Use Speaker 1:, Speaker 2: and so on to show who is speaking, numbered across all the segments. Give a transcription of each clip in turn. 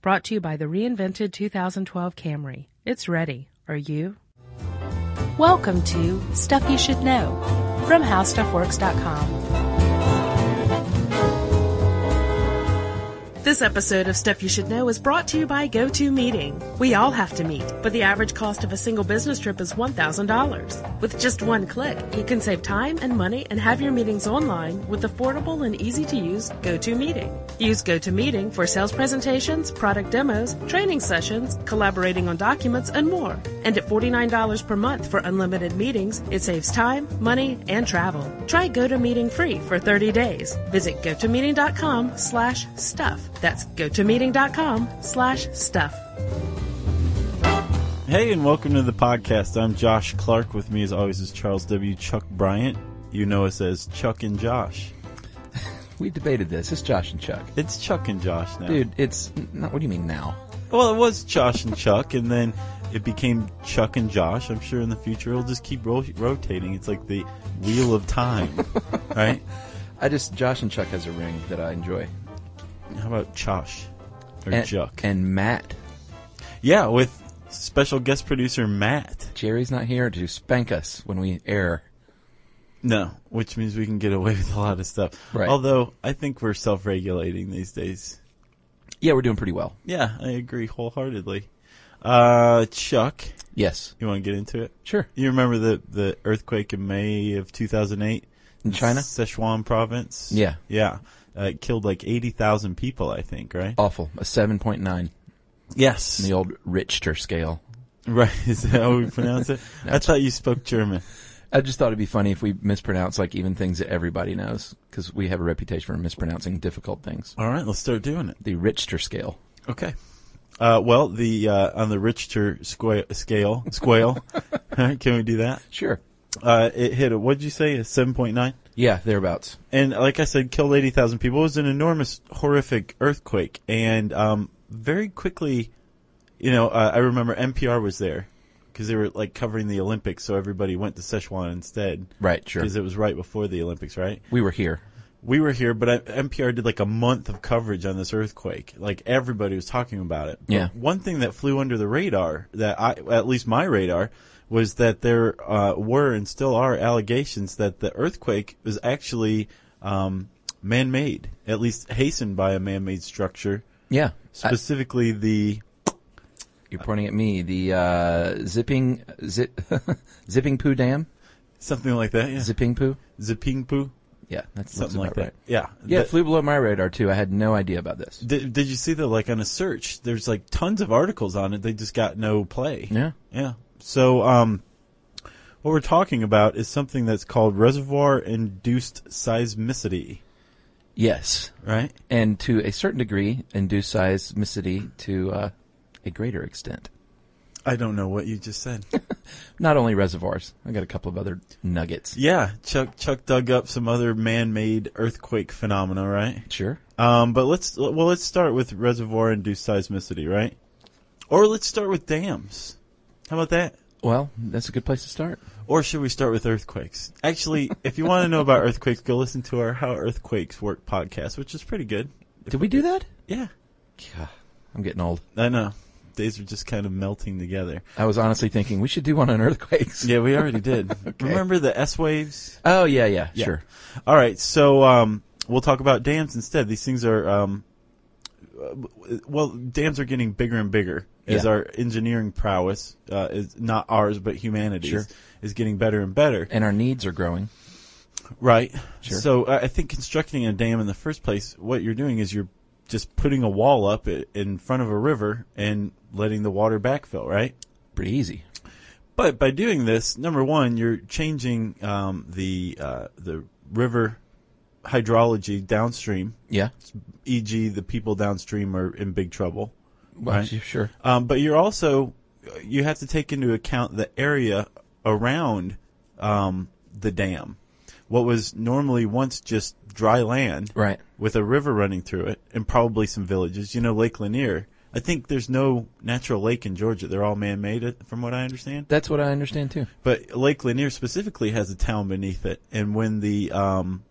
Speaker 1: Brought to you by the reinvented 2012 Camry. It's ready. Are you? Welcome to Stuff You Should Know from HowStuffWorks.com. This episode of Stuff You Should Know is brought to you by GoToMeeting. We all have to meet, but the average cost of a single business trip is $1,000. With just one click, you can save time and money and have your meetings online with affordable and easy to use GoToMeeting. Use GoToMeeting for sales presentations, product demos, training sessions, collaborating on documents, and more. And at $49 per month for unlimited meetings, it saves time, money, and travel. Try GoToMeeting free for 30 days. Visit gotomeeting.com slash stuff. That's gotomeeting.com slash stuff.
Speaker 2: Hey, and welcome to the podcast. I'm Josh Clark. With me, as always, is Charles W. Chuck Bryant. You know us as Chuck and Josh.
Speaker 3: We debated this. It's Josh and Chuck.
Speaker 2: It's Chuck and Josh now.
Speaker 3: Dude, it's not. What do you mean now?
Speaker 2: Well, it was Josh and Chuck, and then it became Chuck and Josh. I'm sure in the future it'll just keep ro- rotating. It's like the wheel of time, right?
Speaker 3: I just Josh and Chuck has a ring that I enjoy.
Speaker 2: How about Chosh or
Speaker 3: and,
Speaker 2: Chuck?
Speaker 3: and Matt.
Speaker 2: yeah, with special guest producer Matt.
Speaker 3: Jerry's not here to spank us when we err.
Speaker 2: No, which means we can get away with a lot of stuff.
Speaker 3: Right.
Speaker 2: Although I think we're self-regulating these days.
Speaker 3: Yeah, we're doing pretty well.
Speaker 2: Yeah, I agree wholeheartedly. Uh, Chuck,
Speaker 3: Yes,
Speaker 2: you want to get into it?
Speaker 3: sure.
Speaker 2: You remember the the earthquake in May of 2008
Speaker 3: In China,
Speaker 2: Sichuan province?
Speaker 3: Yeah.
Speaker 2: yeah. Uh, it killed like 80,000 people, I think, right?
Speaker 3: awful. A seven point nine,
Speaker 2: yes.
Speaker 3: the old Richter scale.
Speaker 2: Right. Is that how we pronounce it? I thought you spoke German.
Speaker 3: I just thought it'd be funny if we mispronounce like even things that everybody knows because we have a reputation for mispronouncing difficult things.
Speaker 2: All right, let's start doing it.
Speaker 3: The Richter scale.
Speaker 2: Okay. Uh, well, the uh, on the Richter squa- scale, squale, can we do that?
Speaker 3: Sure.
Speaker 2: Uh, it hit a what'd you say? A 7.9.
Speaker 3: Yeah, thereabouts.
Speaker 2: and like I said, killed 80,000 people. It was an enormous, horrific earthquake. And um, very quickly, you know, uh, I remember NPR was there because they were like covering the Olympics, so everybody went to Sichuan instead.
Speaker 3: Right. Sure.
Speaker 2: Because it was right before the Olympics, right?
Speaker 3: We were here.
Speaker 2: We were here, but I, NPR did like a month of coverage on this earthquake. Like everybody was talking about it. But
Speaker 3: Yeah.
Speaker 2: one thing that flew under the radar, that I, at least my radar, was that there uh, were and still are allegations that the earthquake was actually um, man-made, at least hastened by a man-made structure,
Speaker 3: Yeah. I-
Speaker 2: specifically the
Speaker 3: You're pointing at me. The uh, zipping zip, zipping poo dam,
Speaker 2: something like that. Yeah,
Speaker 3: zipping poo.
Speaker 2: Zipingpu,
Speaker 3: Yeah, that's
Speaker 2: something like that.
Speaker 3: Right.
Speaker 2: Yeah,
Speaker 3: Yeah,
Speaker 2: That-
Speaker 3: it flew below my radar too. I had no idea about this.
Speaker 2: Did, did you see that? Like on a search, there's like tons of articles on it. They just got no play.
Speaker 3: Yeah.
Speaker 2: Yeah. So, um, what we're talking about is something that's called reservoir-induced seismicity,
Speaker 3: Yes,
Speaker 2: right?
Speaker 3: and to a certain degree, induce seismicity to uh, a greater extent.
Speaker 2: I don't know what you just said.
Speaker 3: Not only reservoirs. I got a couple of other nuggets.
Speaker 2: yeah, Chuck Chuck dug up some other man-made earthquake phenomena, right?
Speaker 3: Sure.
Speaker 2: Um, but let's well let's start with reservoir-induced seismicity, right? Or let's start with dams. How about that?
Speaker 3: Well, that's a good place to start.
Speaker 2: Or should we start with earthquakes? Actually, if you want to know about earthquakes, go listen to our How Earthquakes Work podcast, which is pretty good.
Speaker 3: Did we do that?
Speaker 2: Yeah,
Speaker 3: God, I'm getting old.
Speaker 2: I know. Days are just kind of melting together.
Speaker 3: I was honestly thinking we should do one on earthquakes.
Speaker 2: Yeah, we already did. Remember the S waves?
Speaker 3: Oh yeah, yeah,
Speaker 2: Yeah.
Speaker 3: sure.
Speaker 2: All right, so um, we'll talk about dams instead. These things are, um, uh, well, dams are getting bigger and bigger as
Speaker 3: Yeah.
Speaker 2: our engineering prowess uh, is not ours but humanity's
Speaker 3: Sure.
Speaker 2: is getting better and better.
Speaker 3: And our needs are growing.
Speaker 2: Right.
Speaker 3: Sure.
Speaker 2: So I I think constructing a dam in the first place, what you're doing is you're just putting a wall up i- in front of a river and letting the water backfill, right?
Speaker 3: Pretty easy.
Speaker 2: But by doing this, number one, you're changing um, the uh, the river hydrology downstream,
Speaker 3: Yeah.
Speaker 2: e.g., the people downstream are in big trouble.
Speaker 3: Well,
Speaker 2: Right.
Speaker 3: sure.
Speaker 2: Um, but you're also uh, you have to take into account the area around um, the dam. What was normally once just dry land,
Speaker 3: Right.
Speaker 2: with a river running through it, and probably some villages. You know, Lake Lanier. I think there's no natural lake in Georgia. They're all man-made, uh, from what I understand.
Speaker 3: That's what I understand too.
Speaker 2: But Lake Lanier specifically has a town beneath it, and when the um,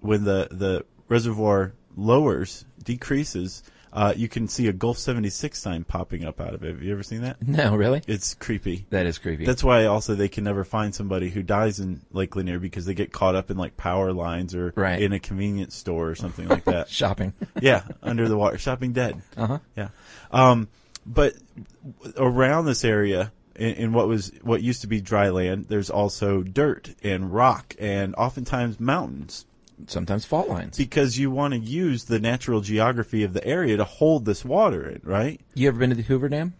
Speaker 2: when the the reservoir lowers decreases, uh, you can see a Gulf 76 sign popping up out of it. Have you ever seen that?
Speaker 3: No, really?
Speaker 2: It's creepy.
Speaker 3: That is creepy.
Speaker 2: That's why also they can never find somebody who dies in Lake Lanier because they get caught up in like power lines or
Speaker 3: Right.
Speaker 2: in a convenience store or something like that.
Speaker 3: shopping.
Speaker 2: yeah, under the water, shopping dead. Yeah, um, but around this area, in, in what was what used to be dry land, there's also dirt and rock and oftentimes mountains
Speaker 3: Sometimes fault lines.
Speaker 2: because you want to use the natural geography of the area to hold this water in. Right?
Speaker 3: You ever been to the Hoover Dam?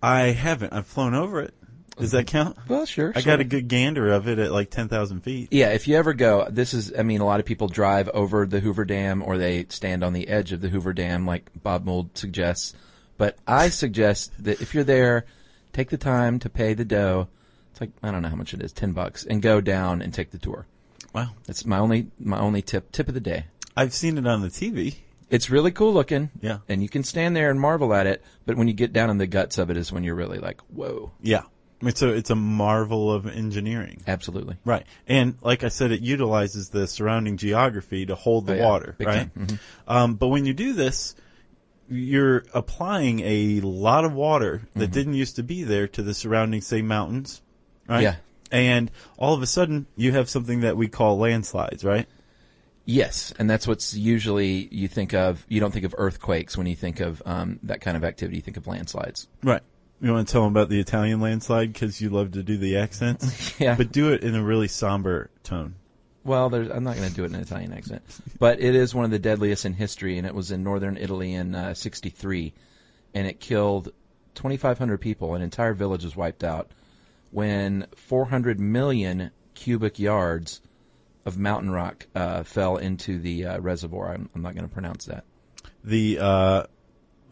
Speaker 2: I haven't. I've flown over it. Does that count?
Speaker 3: Well, sure. E
Speaker 2: I got a good gander of it at like ten thousand feet.
Speaker 3: Yeah, if you ever go, this is, I mean, a lot of people drive over the Hoover Dam or they stand on the edge of the Hoover Dam, like Bob Mould suggests. But I suggest that if you're there, take the time to pay the dough. It's like, I don't know how much it is, 10 bucks, and go down and take the tour.
Speaker 2: Wow.
Speaker 3: It's my only, my only tip, tip of the day.
Speaker 2: I've seen it on the TV.
Speaker 3: It's really cool looking.
Speaker 2: Yeah.
Speaker 3: And you can stand there and marvel at it, but when you get down in the guts of it is when you're really like, whoa.
Speaker 2: Yeah. It's a it's a marvel of engineering.
Speaker 3: Absolutely.
Speaker 2: Right. And like I said, it utilizes the surrounding geography to hold the
Speaker 3: Oh, yeah.
Speaker 2: water,
Speaker 3: Big
Speaker 2: right? Um, but when you do this, you're applying a lot of water
Speaker 3: Mm-hmm.
Speaker 2: that didn't used to be there to the surrounding, say, mountains, right?
Speaker 3: Yeah.
Speaker 2: And all of a sudden, you have something that we call landslides, right?
Speaker 3: Yes, and that's what's usually you think of. You don't think of earthquakes when you think of um, that kind of activity. You think of landslides.
Speaker 2: Right. You want to tell them about the Italian landslide because you love to do the accents?
Speaker 3: Yeah.
Speaker 2: But do it in a really somber tone.
Speaker 3: Well, there's, I'm not going to do it in an Italian accent, but it is one of the deadliest in history, and it was in northern Italy in uh, '63, and it killed 2,500 people. An entire village was wiped out when 400 million cubic yards of mountain rock uh, fell into the uh, reservoir. I'm, I'm not going to pronounce that.
Speaker 2: The uh,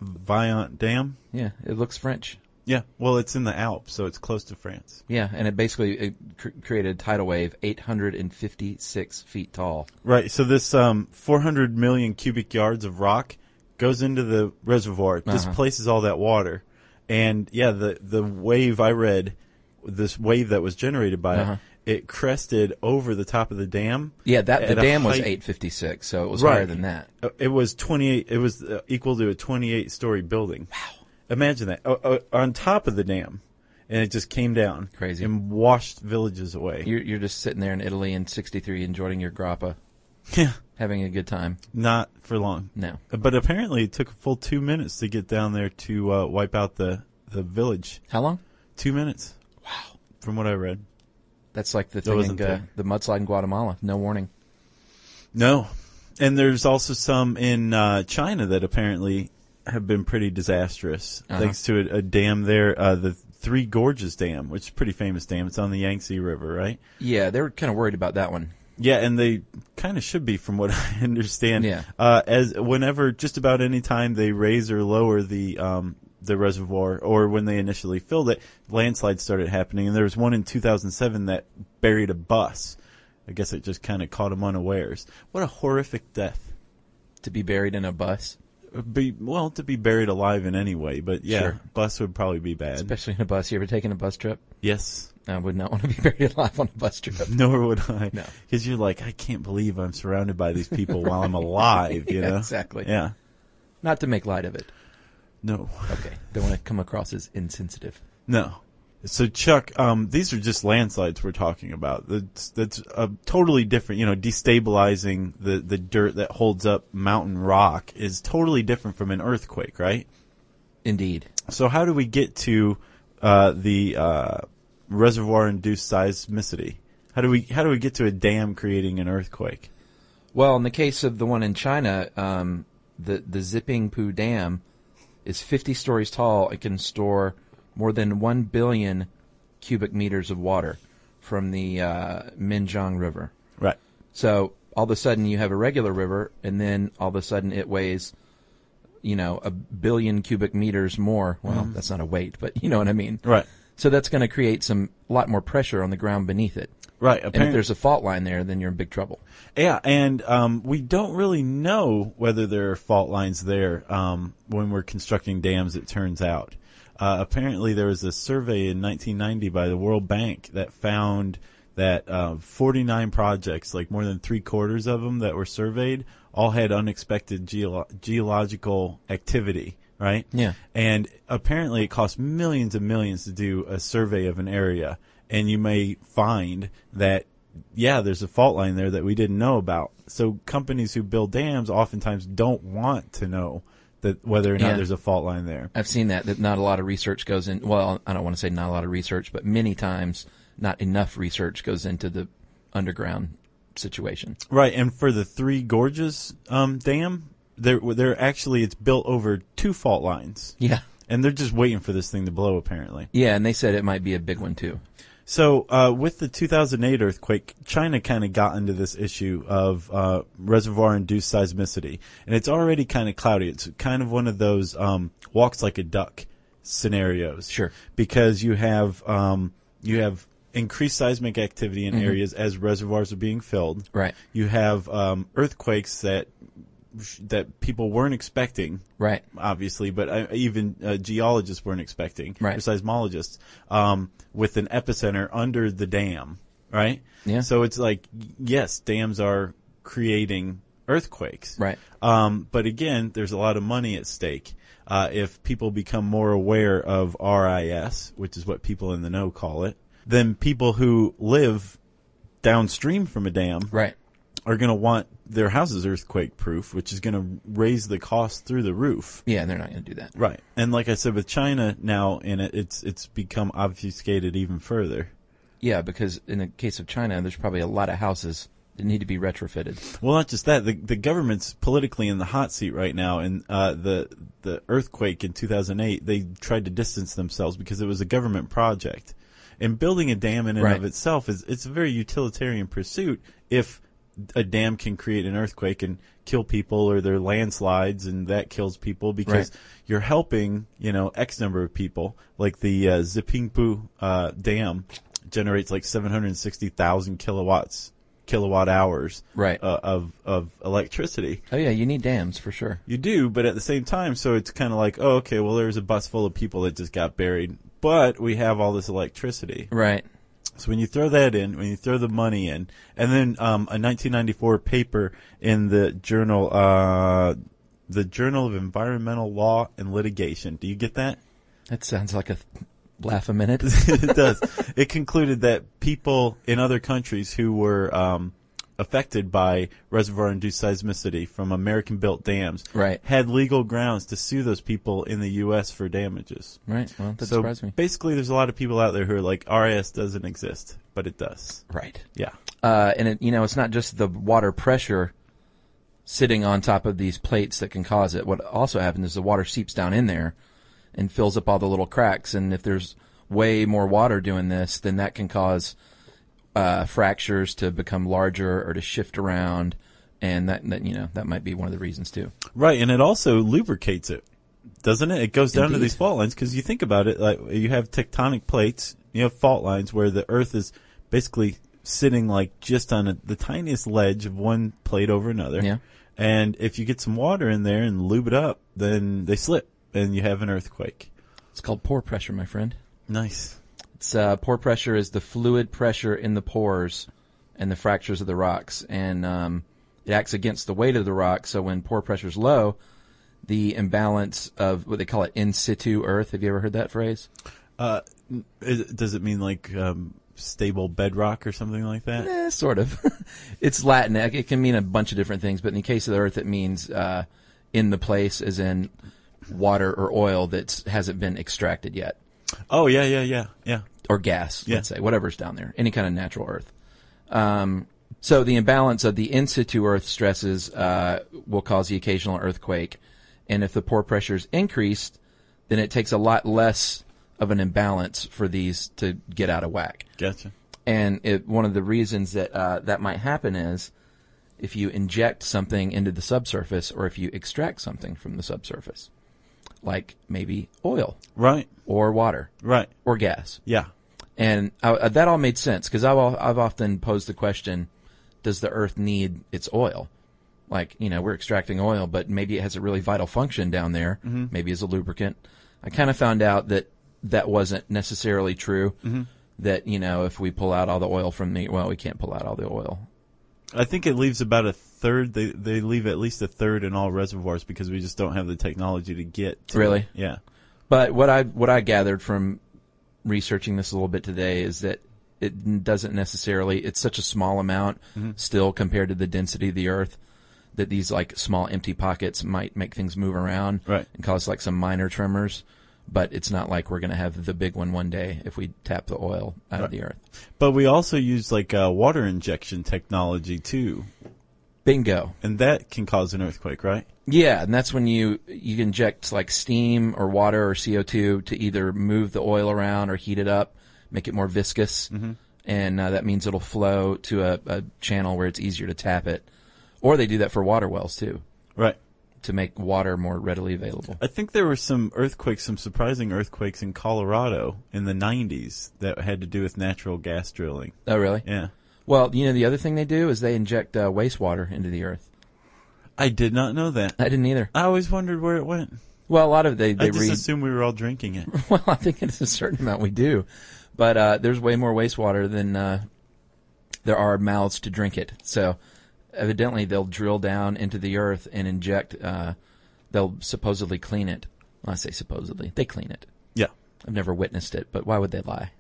Speaker 2: Viant Dam?
Speaker 3: Yeah, it looks French.
Speaker 2: Yeah. Well, it's in the Alps, so it's close to France.
Speaker 3: Yeah, and it basically it cr- created a tidal wave 856 feet tall.
Speaker 2: Right. So this um, 400 million cubic yards of rock goes into the reservoir,
Speaker 3: Uh-huh.
Speaker 2: displaces all that water, and yeah, the the wave I read, this wave that was generated by
Speaker 3: Uh-huh.
Speaker 2: it, it crested over the top of the dam.
Speaker 3: Yeah, that the
Speaker 2: at a
Speaker 3: dam was
Speaker 2: height-
Speaker 3: 856, so it was
Speaker 2: Right.
Speaker 3: higher than that.
Speaker 2: uh, It was 28. It was uh, equal to a 28 story building. Wow. Imagine that uh, uh, on top of the dam, and it just came down,
Speaker 3: Crazy.
Speaker 2: and washed villages away.
Speaker 3: You're, you're just sitting there in Italy in 63 enjoying your grappa,
Speaker 2: yeah.
Speaker 3: having a good time.
Speaker 2: Not for long.
Speaker 3: No.
Speaker 2: But apparently, it took a full two minutes to get down there to uh, wipe out the the village.
Speaker 3: How long?
Speaker 2: Two minutes. Wow. From what I read.
Speaker 3: That's like the thing in
Speaker 2: wasn't
Speaker 3: Gu-
Speaker 2: there.
Speaker 3: the mudslide in Guatemala. No warning.
Speaker 2: No. And there's also some in uh, China that apparently have been pretty disastrous,
Speaker 3: Uh-huh.
Speaker 2: thanks to a, a dam there, uh, the Three Gorges Dam, which is a pretty famous dam. It's on the Yangtze River, right?
Speaker 3: Yeah, they were kind of worried about that one.
Speaker 2: Yeah, and they kind of should be, from what I understand.
Speaker 3: Yeah.
Speaker 2: Uh, as whenever, just about any time they raise or lower the um, the reservoir, or when they initially filled it, landslides started happening. And there was one in 2007 that buried a bus. I guess it just kind of caught them unawares. What a horrific death!
Speaker 3: To be buried in a bus,
Speaker 2: Be well to be buried alive in any way, but yeah,
Speaker 3: Sure.
Speaker 2: bus would probably be bad.
Speaker 3: especially in a bus. You ever taken a bus trip?
Speaker 2: yes.
Speaker 3: I would not want to be buried alive on a bus trip.
Speaker 2: Nor would I.
Speaker 3: No.
Speaker 2: Because you're like, I can't believe I'm surrounded by these people while I'm alive, you
Speaker 3: Yeah,
Speaker 2: know?
Speaker 3: exactly.
Speaker 2: Yeah.
Speaker 3: Not to make light of it.
Speaker 2: No.
Speaker 3: Okay. Don't want to come across as insensitive.
Speaker 2: No. So Chuck, um, these are just landslides we're talking about. That's that's uh, totally different. You know, destabilizing the the dirt that holds up mountain rock is totally different from an earthquake, right?
Speaker 3: Indeed.
Speaker 2: So how do we get to uh, the uh, reservoir-induced seismicity? How do we how do we get to a dam creating an earthquake?
Speaker 3: Well, in the case of the one in China, um, the the Zipping Poo Dam is 50 stories tall. It can store more than 1 billion cubic meters of water from the uh, Minjiang River.
Speaker 2: Right.
Speaker 3: So all of a sudden you have a regular river, and then all of a sudden it weighs, you know, a billion cubic meters more. Well, that's not a weight, but you know what I mean.
Speaker 2: Right.
Speaker 3: So that's going to create some lot more pressure on the ground beneath it.
Speaker 2: Right.
Speaker 3: And if
Speaker 2: Apparently,
Speaker 3: there's a fault line there, then you're in big trouble.
Speaker 2: Yeah, and um, we don't really know whether there are fault lines there um, when we're constructing dams. It turns out, uh, apparently, there was a survey in 1990 by the World Bank that found that uh, 49 projects, like more than three quarters of them that were surveyed, all had unexpected geolo- geological activity, right?
Speaker 3: Yeah.
Speaker 2: And apparently, it costs millions and millions to do a survey of an area, and you may find that. Yeah, there's a fault line there that we didn't know about. So companies who build dams oftentimes don't want to know that whether or not
Speaker 3: Yeah.
Speaker 2: there's a fault line there.
Speaker 3: I've seen that that not a lot of research goes in. Well, I don't want to say not a lot of research, but many times not enough research goes into the underground situation.
Speaker 2: Right, and for the Three Gorges um, dam, they're they're actually it's built over two fault lines,
Speaker 3: Yeah,
Speaker 2: and they're just waiting for this thing to blow apparently.
Speaker 3: yeah, and they said it might be a big one too.
Speaker 2: So uh, with the 2008 earthquake, China kind of got into this issue of uh, reservoir-induced seismicity, and it's already kind of cloudy. It's kind of one of those um, walks like a duck scenarios.
Speaker 3: Sure.
Speaker 2: because you have um, you have increased seismic activity in areas as reservoirs are being filled.
Speaker 3: Mm-hmm. Right.
Speaker 2: You have um, earthquakes that that people weren't expecting
Speaker 3: Right.
Speaker 2: obviously, but uh, even uh, geologists weren't expecting,
Speaker 3: Right.
Speaker 2: or seismologists, um, with an epicenter under the dam, right?
Speaker 3: Yeah.
Speaker 2: So it's like, y- yes, dams are creating earthquakes.
Speaker 3: Right.
Speaker 2: Um, but again, there's a lot of money at stake. Uh, if people become more aware of RIS, which is what people in the know call it, then people who live downstream from a dam
Speaker 3: Right.
Speaker 2: are going to want their houses earthquake proof, which is going to raise the cost through the roof.
Speaker 3: Yeah, they're not going to do that.
Speaker 2: Right. And like I said, with China now in it, it's it's become obfuscated even further.
Speaker 3: Yeah, because in the case of China, there's probably a lot of houses that need to be retrofitted.
Speaker 2: Well, not just that, the the government's politically in the hot seat right now, and uh, the the earthquake in 2008, they tried to distance themselves because it was a government project, and building a dam in and
Speaker 3: Right.
Speaker 2: of itself is it's a very utilitarian pursuit if a dam can create an earthquake and kill people or their landslides and that kills people because
Speaker 3: Right.
Speaker 2: you're helping you know x number of people like the uh, Zipingpu uh, dam generates like 760,000 kilowatts kilowatt hours
Speaker 3: Right.
Speaker 2: uh, of of electricity
Speaker 3: Oh yeah, you need dams for sure.
Speaker 2: you do but at the same time so it's kind of like oh okay well there's a bus full of people that just got buried but we have all this electricity
Speaker 3: Right.
Speaker 2: so when you throw that in, when you throw the money in, and then um, a 1994 paper in the journal, uh, the Journal of Environmental Law and Litigation. Do you get that?
Speaker 3: That sounds like a th- laugh a minute.
Speaker 2: it does. It concluded that people in other countries who were um, affected by reservoir-induced seismicity from American-built dams
Speaker 3: Right.
Speaker 2: had legal grounds to sue those people in the U.S. for damages.
Speaker 3: Right. Well, that
Speaker 2: so
Speaker 3: surprised me.
Speaker 2: basically, there's a lot of people out there who are like, RIS doesn't exist, but it does.
Speaker 3: Right.
Speaker 2: Yeah.
Speaker 3: Uh, and it, you know, it's not just the water pressure sitting on top of these plates that can cause it. What also happens is the water seeps down in there and fills up all the little cracks. And if there's way more water doing this, then that can cause uh, fractures to become larger or to shift around. And that, that, you know, that might be one of the reasons too.
Speaker 2: Right, and it also lubricates it, doesn't it? It goes down to
Speaker 3: Indeed.
Speaker 2: these fault lines because you think about it, like you have tectonic plates, you have fault lines where the Earth is basically sitting like just on a, the tiniest ledge of one plate over another.
Speaker 3: Yeah.
Speaker 2: And if you get some water in there and lube it up, then they slip and you have an earthquake.
Speaker 3: It's called pore pressure, my friend.
Speaker 2: Nice.
Speaker 3: It's uh, pore pressure is the fluid pressure in the pores and the fractures of the rocks, and um, it acts against the weight of the rock. So when pore pressure is low, the imbalance of what they call it in situ earth. Have you ever heard that phrase?
Speaker 2: Is, does it mean like um, stable bedrock or something like that?
Speaker 3: Eh, sort of. it's Latin. It it can mean a bunch of different things, but in the case of the earth, it means uh, in the place, as in water or oil that hasn't been extracted yet.
Speaker 2: Oh yeah, yeah, yeah, yeah.
Speaker 3: or gas,
Speaker 2: Yeah.
Speaker 3: let's say, whatever's down there, any kind of natural earth. Um, so the imbalance of the in situ earth stresses uh, will cause the occasional earthquake, and if the pore pressure is increased, then it takes a lot less of an imbalance for these to get out of whack.
Speaker 2: Gotcha.
Speaker 3: And it, one of the reasons that uh, that might happen is if you inject something into the subsurface, or if you extract something from the subsurface, like maybe oil
Speaker 2: Right,
Speaker 3: or water
Speaker 2: right.
Speaker 3: or gas.
Speaker 2: Yeah.
Speaker 3: And I, uh, that all made sense because I've, al- I've often posed the question, does the earth need its oil? Like, you know, we're extracting oil, but maybe it has a really vital function down there, maybe as a lubricant. I kind of found out that that wasn't necessarily true. that you know if we pull out all the oil from the well, we can't pull out all the oil.
Speaker 2: I think it leaves about a third. They they leave at least a third in all reservoirs because we just don't have the technology to get. To
Speaker 3: Really?
Speaker 2: Yeah.
Speaker 3: But what I what I gathered from researching this a little bit today is that it doesn't necessarily. It's such a small amount still compared to the density of the Earth that these like small empty pockets might make things move around
Speaker 2: Right.
Speaker 3: and cause like some minor tremors. But it's not like we're going to have the big one one day if we tap the oil out of the Earth.
Speaker 2: But we also use like uh, water injection technology too,
Speaker 3: Bingo.
Speaker 2: and that can cause an earthquake, right?
Speaker 3: Yeah, and that's when you you inject like steam or water or CO two to either move the oil around or heat it up, make it more viscous,
Speaker 2: Mm-hmm.
Speaker 3: and uh, that means it'll flow to a, a channel where it's easier to tap it. Or they do that for water wells too,
Speaker 2: Right.
Speaker 3: to make water more readily available.
Speaker 2: I think there were some earthquakes, some surprising earthquakes in Colorado in the 90s that had to do with natural gas drilling.
Speaker 3: Oh, really?
Speaker 2: Yeah.
Speaker 3: Well, you know the other thing they do is they inject uh, wastewater into the earth.
Speaker 2: I did not know that.
Speaker 3: I didn't either.
Speaker 2: I always wondered where it went.
Speaker 3: Well, a lot of they
Speaker 2: I
Speaker 3: they
Speaker 2: just
Speaker 3: read.
Speaker 2: assumed we were all drinking it.
Speaker 3: Well, I think it's a certain amount we do, but uh, there's way more wastewater than uh, there are mouths to drink it. So evidently, they'll drill down into the earth and inject. Uh, they'll supposedly clean it. Well, I say supposedly, they clean it.
Speaker 2: Yeah.
Speaker 3: I've never witnessed it, but why would they lie?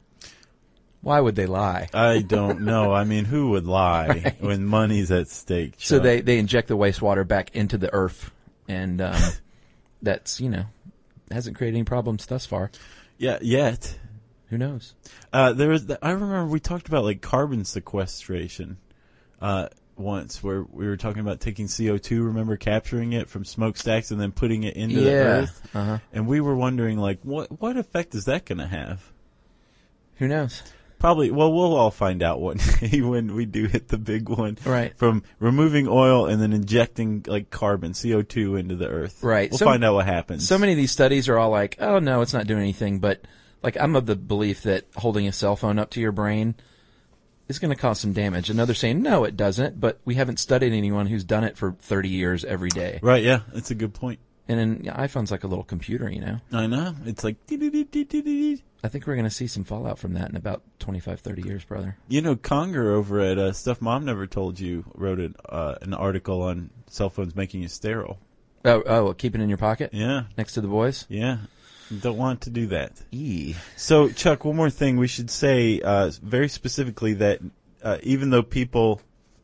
Speaker 3: Why would they lie?
Speaker 2: I don't know. I mean, who would lie when money's at stake?
Speaker 3: So
Speaker 2: Chuck?
Speaker 3: they they inject the wastewater back into the earth, and um, that's you know hasn't created any problems thus far.
Speaker 2: Yeah, yet.
Speaker 3: Who knows?
Speaker 2: Uh, there was. The, I remember we talked about like carbon sequestration uh, once, where we were talking about taking CO two. Remember capturing it from smokestacks and then putting it into the
Speaker 3: Yeah.
Speaker 2: earth.
Speaker 3: Uh-huh.
Speaker 2: And we were wondering like what what effect is that going to have?
Speaker 3: Who knows?
Speaker 2: Probably. Well, we'll all find out one day when we do hit the big one.
Speaker 3: Right.
Speaker 2: From removing oil and then injecting like carbon CO two into the earth.
Speaker 3: Right.
Speaker 2: We'll
Speaker 3: So-
Speaker 2: find out what happens.
Speaker 3: so many of these studies are all like, oh no, it's not doing anything. But like, I'm of the belief that holding a cell phone up to your brain is going to cause some damage. Another saying, no, it doesn't. But we haven't studied anyone who's done it for 30 years every day.
Speaker 2: Right. Yeah. That's a good point.
Speaker 3: And then yeah, iPhone's like a little computer, you know.
Speaker 2: I know. It's like. dee-dee-dee-dee-dee-dee.
Speaker 3: I think we're going to see some fallout from that in about 25, 30 years, brother.
Speaker 2: You know, Conger over at uh, Stuff Mom Never Told You wrote an, uh, an article on cell phones making you sterile.
Speaker 3: Oh, oh, keep it in your pocket
Speaker 2: Yeah,
Speaker 3: next to the boys.
Speaker 2: yeah. Don't want to do that.
Speaker 3: E.
Speaker 2: So, Chuck, one more thing we should say uh, very specifically that uh, even though people,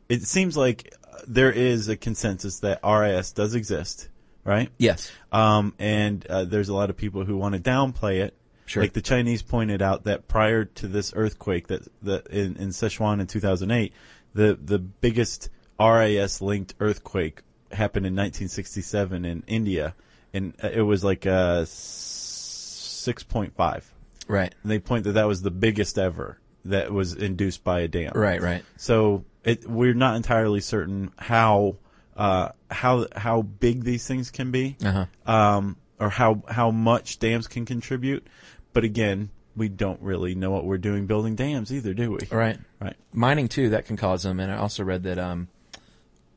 Speaker 2: it seems like uh, there is a consensus that RIS does exist, right?
Speaker 3: Yes.
Speaker 2: Um, and uh, there's a lot of people who want to downplay it.
Speaker 3: Sure.
Speaker 2: Like the Chinese pointed out that prior to this earthquake that the in, in Sichuan in 2008, the the biggest RIS linked earthquake happened in 1967 in India, and uh, it was like uh, s- 6.5.
Speaker 3: Right.
Speaker 2: And they point that that was the biggest ever that was induced by a dam.
Speaker 3: Right. Right.
Speaker 2: So it, we're not entirely certain how uh, how how big these things can be,
Speaker 3: Uh-huh.
Speaker 2: um, or how how much dams can contribute. But again, we don't really know what we're doing building dams either, do we?
Speaker 3: Right.
Speaker 2: Right.
Speaker 3: mining too that can cause them and i also read that um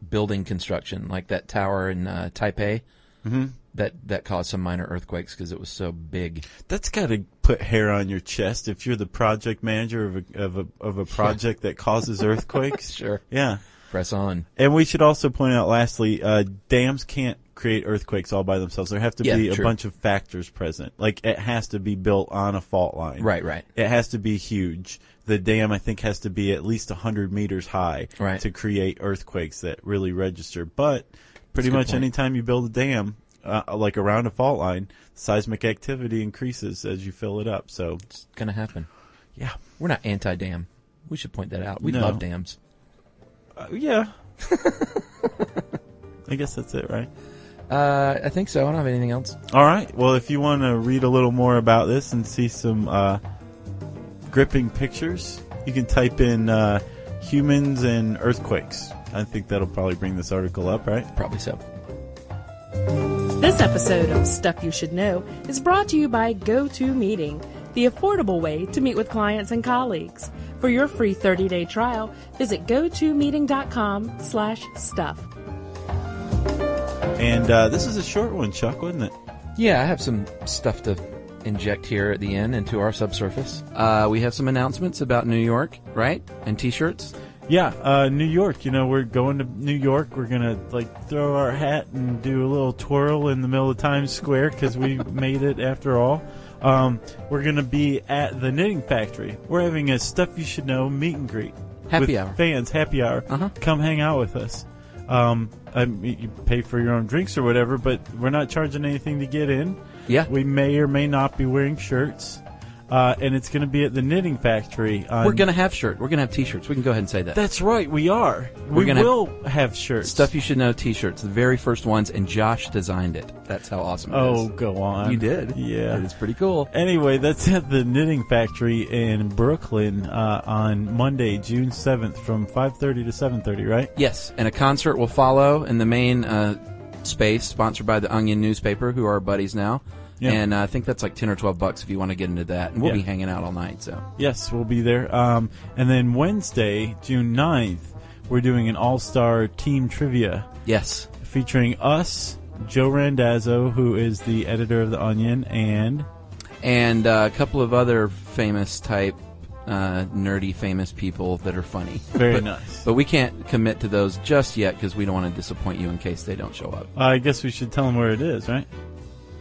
Speaker 3: building construction like that tower in uh, taipei Mm-hmm. that that caused some minor earthquakes because it was so big
Speaker 2: That's got to put hair on your chest if you're the project manager of a of a, of a project that causes earthquakes.
Speaker 3: Sure.
Speaker 2: Yeah.
Speaker 3: press on
Speaker 2: And we should also point out, lastly, uh, dams can't create earthquakes all by themselves. There have to
Speaker 3: Yeah,
Speaker 2: be a
Speaker 3: true.
Speaker 2: bunch of factors present. Like it has to be built on a fault line.
Speaker 3: Right, right.
Speaker 2: It has to be huge. The dam, I think, has to be at least hundred meters high
Speaker 3: Right.
Speaker 2: to create earthquakes that really register. But pretty
Speaker 3: a good
Speaker 2: much
Speaker 3: point.
Speaker 2: anytime you build a dam, uh, like around a fault line, seismic activity increases as you fill it up. So
Speaker 3: it's gonna happen
Speaker 2: yeah,
Speaker 3: we're not anti-dam we should point that out we
Speaker 2: No.
Speaker 3: love dams
Speaker 2: uh, yeah. I guess that's it, right?
Speaker 3: uh i think so i don't have anything else
Speaker 2: All right. Well, if you want to read a little more about this and see some uh, gripping pictures, you can type in uh, humans and earthquakes. I think that'll probably bring this article up, right?
Speaker 3: probably so
Speaker 1: This episode of Stuff You Should Know is brought to you by GoToMeeting, the affordable way to meet with clients and colleagues. For your free 30-day trial, visit gotomeeting.com slash stuff.
Speaker 2: And uh, this is a short one, Chuck, wasn't it?
Speaker 3: yeah i have some stuff to inject here at the end into our subsurface. Uh, we have some announcements about New York, right? And T-shirts.
Speaker 2: Yeah, uh, New York. You know, we're going to New York. We're gonna like throw our hat and do a little twirl in the middle of Times Square because we made it after all. Um, we're gonna be at the Knitting Factory. We're having a stuff you should know meet and greet.
Speaker 3: Happy
Speaker 2: with
Speaker 3: hour.
Speaker 2: Fans, happy hour.
Speaker 3: Uh-huh.
Speaker 2: Come hang out with us. Um, I mean, you pay for your own drinks or whatever, but we're not charging anything to get in.
Speaker 3: Yeah.
Speaker 2: We may or may not be wearing shirts, uh, and it's going to be at the Knitting Factory. On
Speaker 3: We're gonna have shirt. We're gonna have T-shirts. We can go ahead and say that.
Speaker 2: That's right, we are. we
Speaker 3: gonna-
Speaker 2: will have shirts.
Speaker 3: Stuff you should know T-shirts, the very first ones, and Josh designed it. That's how awesome it is.
Speaker 2: Oh, go on.
Speaker 3: you did.
Speaker 2: Yeah.
Speaker 3: it's pretty cool.
Speaker 2: Anyway, that's at the Knitting Factory in Brooklyn uh, on Monday, June 7th from 5:30 to 7:30, right?
Speaker 3: Yes, and a concert will follow in the main uh, space, sponsored by the Onion newspaper, who are our buddies now.
Speaker 2: Yeah.
Speaker 3: And uh, I think that's like ten or twelve bucks if you want to get into that. And we'll
Speaker 2: Yeah.
Speaker 3: be hanging out all night. So
Speaker 2: Yes, we'll be there. Um, and then Wednesday, June 9th, we're doing an all-star team trivia
Speaker 3: yes,
Speaker 2: featuring us, Joe Randazzo, who is the editor of The Onion, and
Speaker 3: and uh, a couple of other famous type, uh, nerdy famous people that are funny.
Speaker 2: very
Speaker 3: but,
Speaker 2: nice.
Speaker 3: But we can't commit to those just yet because we don't want to disappoint you in case they don't show up.
Speaker 2: I guess we should tell them where it is, right?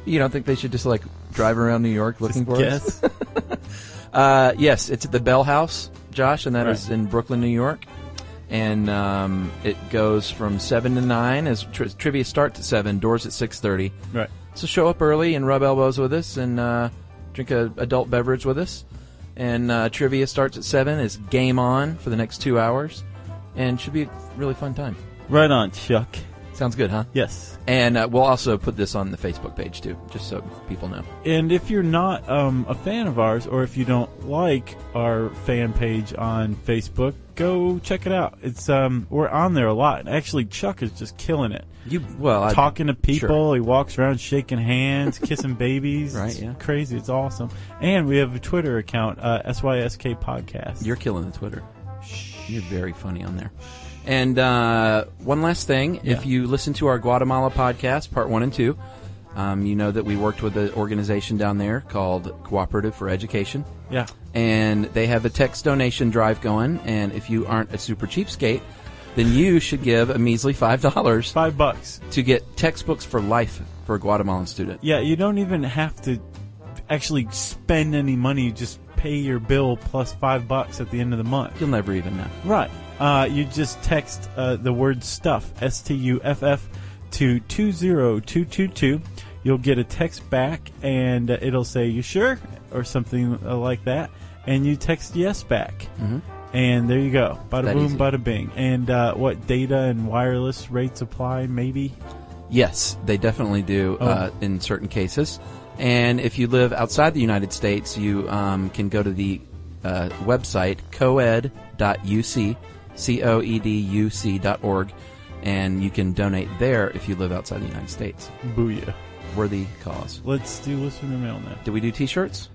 Speaker 3: You don't think they should just like drive around New York looking for us?
Speaker 2: Guess.
Speaker 3: Uh, yes, it's at the Bell House, Josh, and that is
Speaker 2: Right.
Speaker 3: in Brooklyn, New York. And um, it goes from seven to nine. As tri- trivia starts at seven, doors at six thirty.
Speaker 2: right.
Speaker 3: So show up early and rub elbows with us, and uh, drink a adult beverage with us. And uh, trivia starts at seven. It's game on for the next two hours, and should be a really fun time.
Speaker 2: Right on, Chuck.
Speaker 3: Sounds good, huh?
Speaker 2: Yes.
Speaker 3: And uh, we'll also put this on the Facebook page too, just so people know.
Speaker 2: And if you're not um, a fan of ours, or if you don't like our fan page on Facebook, go check it out. It's um, we're on there a lot. Actually, Chuck is just killing it,
Speaker 3: You well, I,
Speaker 2: talking to people.
Speaker 3: Uh, sure.
Speaker 2: He walks around shaking hands, kissing babies.
Speaker 3: Right,
Speaker 2: It's
Speaker 3: yeah.
Speaker 2: crazy. It's awesome. And we have a Twitter account, uh, SYSK Podcast.
Speaker 3: You're killing the Twitter. You're very funny on there. And uh, one last thing, if you listen to our Guatemala podcast, part one and two, um, you know that we worked with an organization down there called Cooperative for Education,
Speaker 2: yeah.
Speaker 3: and they have a text donation drive going. And if you aren't a super cheapskate, then you should give a measly five dollars
Speaker 2: Five bucks.
Speaker 3: to get textbooks for life for a Guatemalan student.
Speaker 2: Yeah, you don't even have to actually spend any money. You just pay your bill plus five bucks at the end of the month.
Speaker 3: You'll never even know.
Speaker 2: Right. Uh, you just text uh, the word stuff, S T U F F, to 20222. You'll get a text back and uh, it'll say, You sure? or something uh, like that. And you text yes back. And there you go. Bada
Speaker 3: Mm-hmm. that
Speaker 2: boom,
Speaker 3: easy.
Speaker 2: bada bing. And uh, what data and wireless rates apply, maybe?
Speaker 3: Yes, they definitely do uh, in certain cases. And if you live outside the United States, you um, can go to the uh, website coed.uc, E C-O-E-D-U-C dot org, and you can donate there if you live outside the United States.
Speaker 2: Booyah.
Speaker 3: Worthy cause.
Speaker 2: Let's do listener mail now.
Speaker 3: Did we do t-shirts?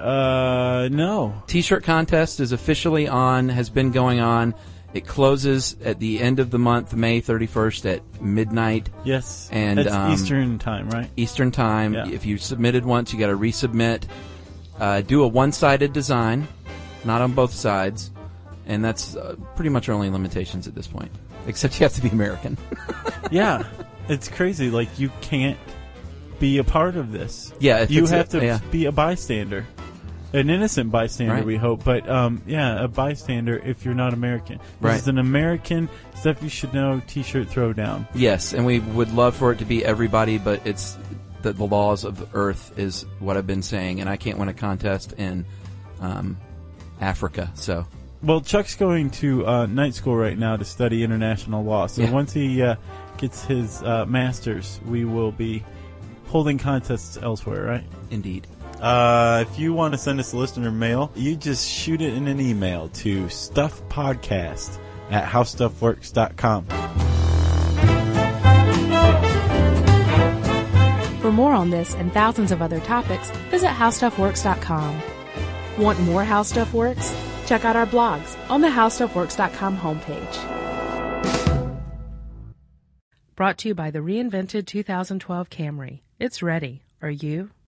Speaker 2: Uh, no.
Speaker 3: T-shirt contest is officially on, has been going on. It closes at the end of the month, May 31st at midnight.
Speaker 2: Yes.
Speaker 3: And,
Speaker 2: That's
Speaker 3: um,
Speaker 2: Eastern time, right?
Speaker 3: Eastern Time.
Speaker 2: Yeah.
Speaker 3: If you submitted once, you got to resubmit. Uh, do a one-sided design, not on both sides, and that's uh, pretty much our only limitations at this point. Except you have to be American.
Speaker 2: yeah, it's crazy. Like you can't be a part of this.
Speaker 3: Yeah, if
Speaker 2: you
Speaker 3: it's a-
Speaker 2: have to
Speaker 3: yeah.
Speaker 2: be a bystander, an innocent bystander.
Speaker 3: Right.
Speaker 2: We hope, but um, yeah, a bystander if you're not American. This
Speaker 3: Right.
Speaker 2: is an American stuff you should know T-shirt throwdown.
Speaker 3: yes, and we would love for it to be everybody, but it's the, the laws of Earth is what I've been saying, and I can't win a contest in um, Africa. So
Speaker 2: Well, Chuck's going to uh, night school right now to study international law. So
Speaker 3: Yeah.
Speaker 2: once he uh, gets his uh, master's, we will be holding contests elsewhere. Right.
Speaker 3: indeed,
Speaker 2: Uh, if you want to send us listener mail, you just shoot it in an email to stuffpodcast at howstuffworks.com.
Speaker 1: For more on this and thousands of other topics, visit howstuffworks.com. Want more How Stuff Works? Check out our blogs on the howstuffworks.com homepage. Brought to you by the reinvented 2012 Camry. It's ready. Are you?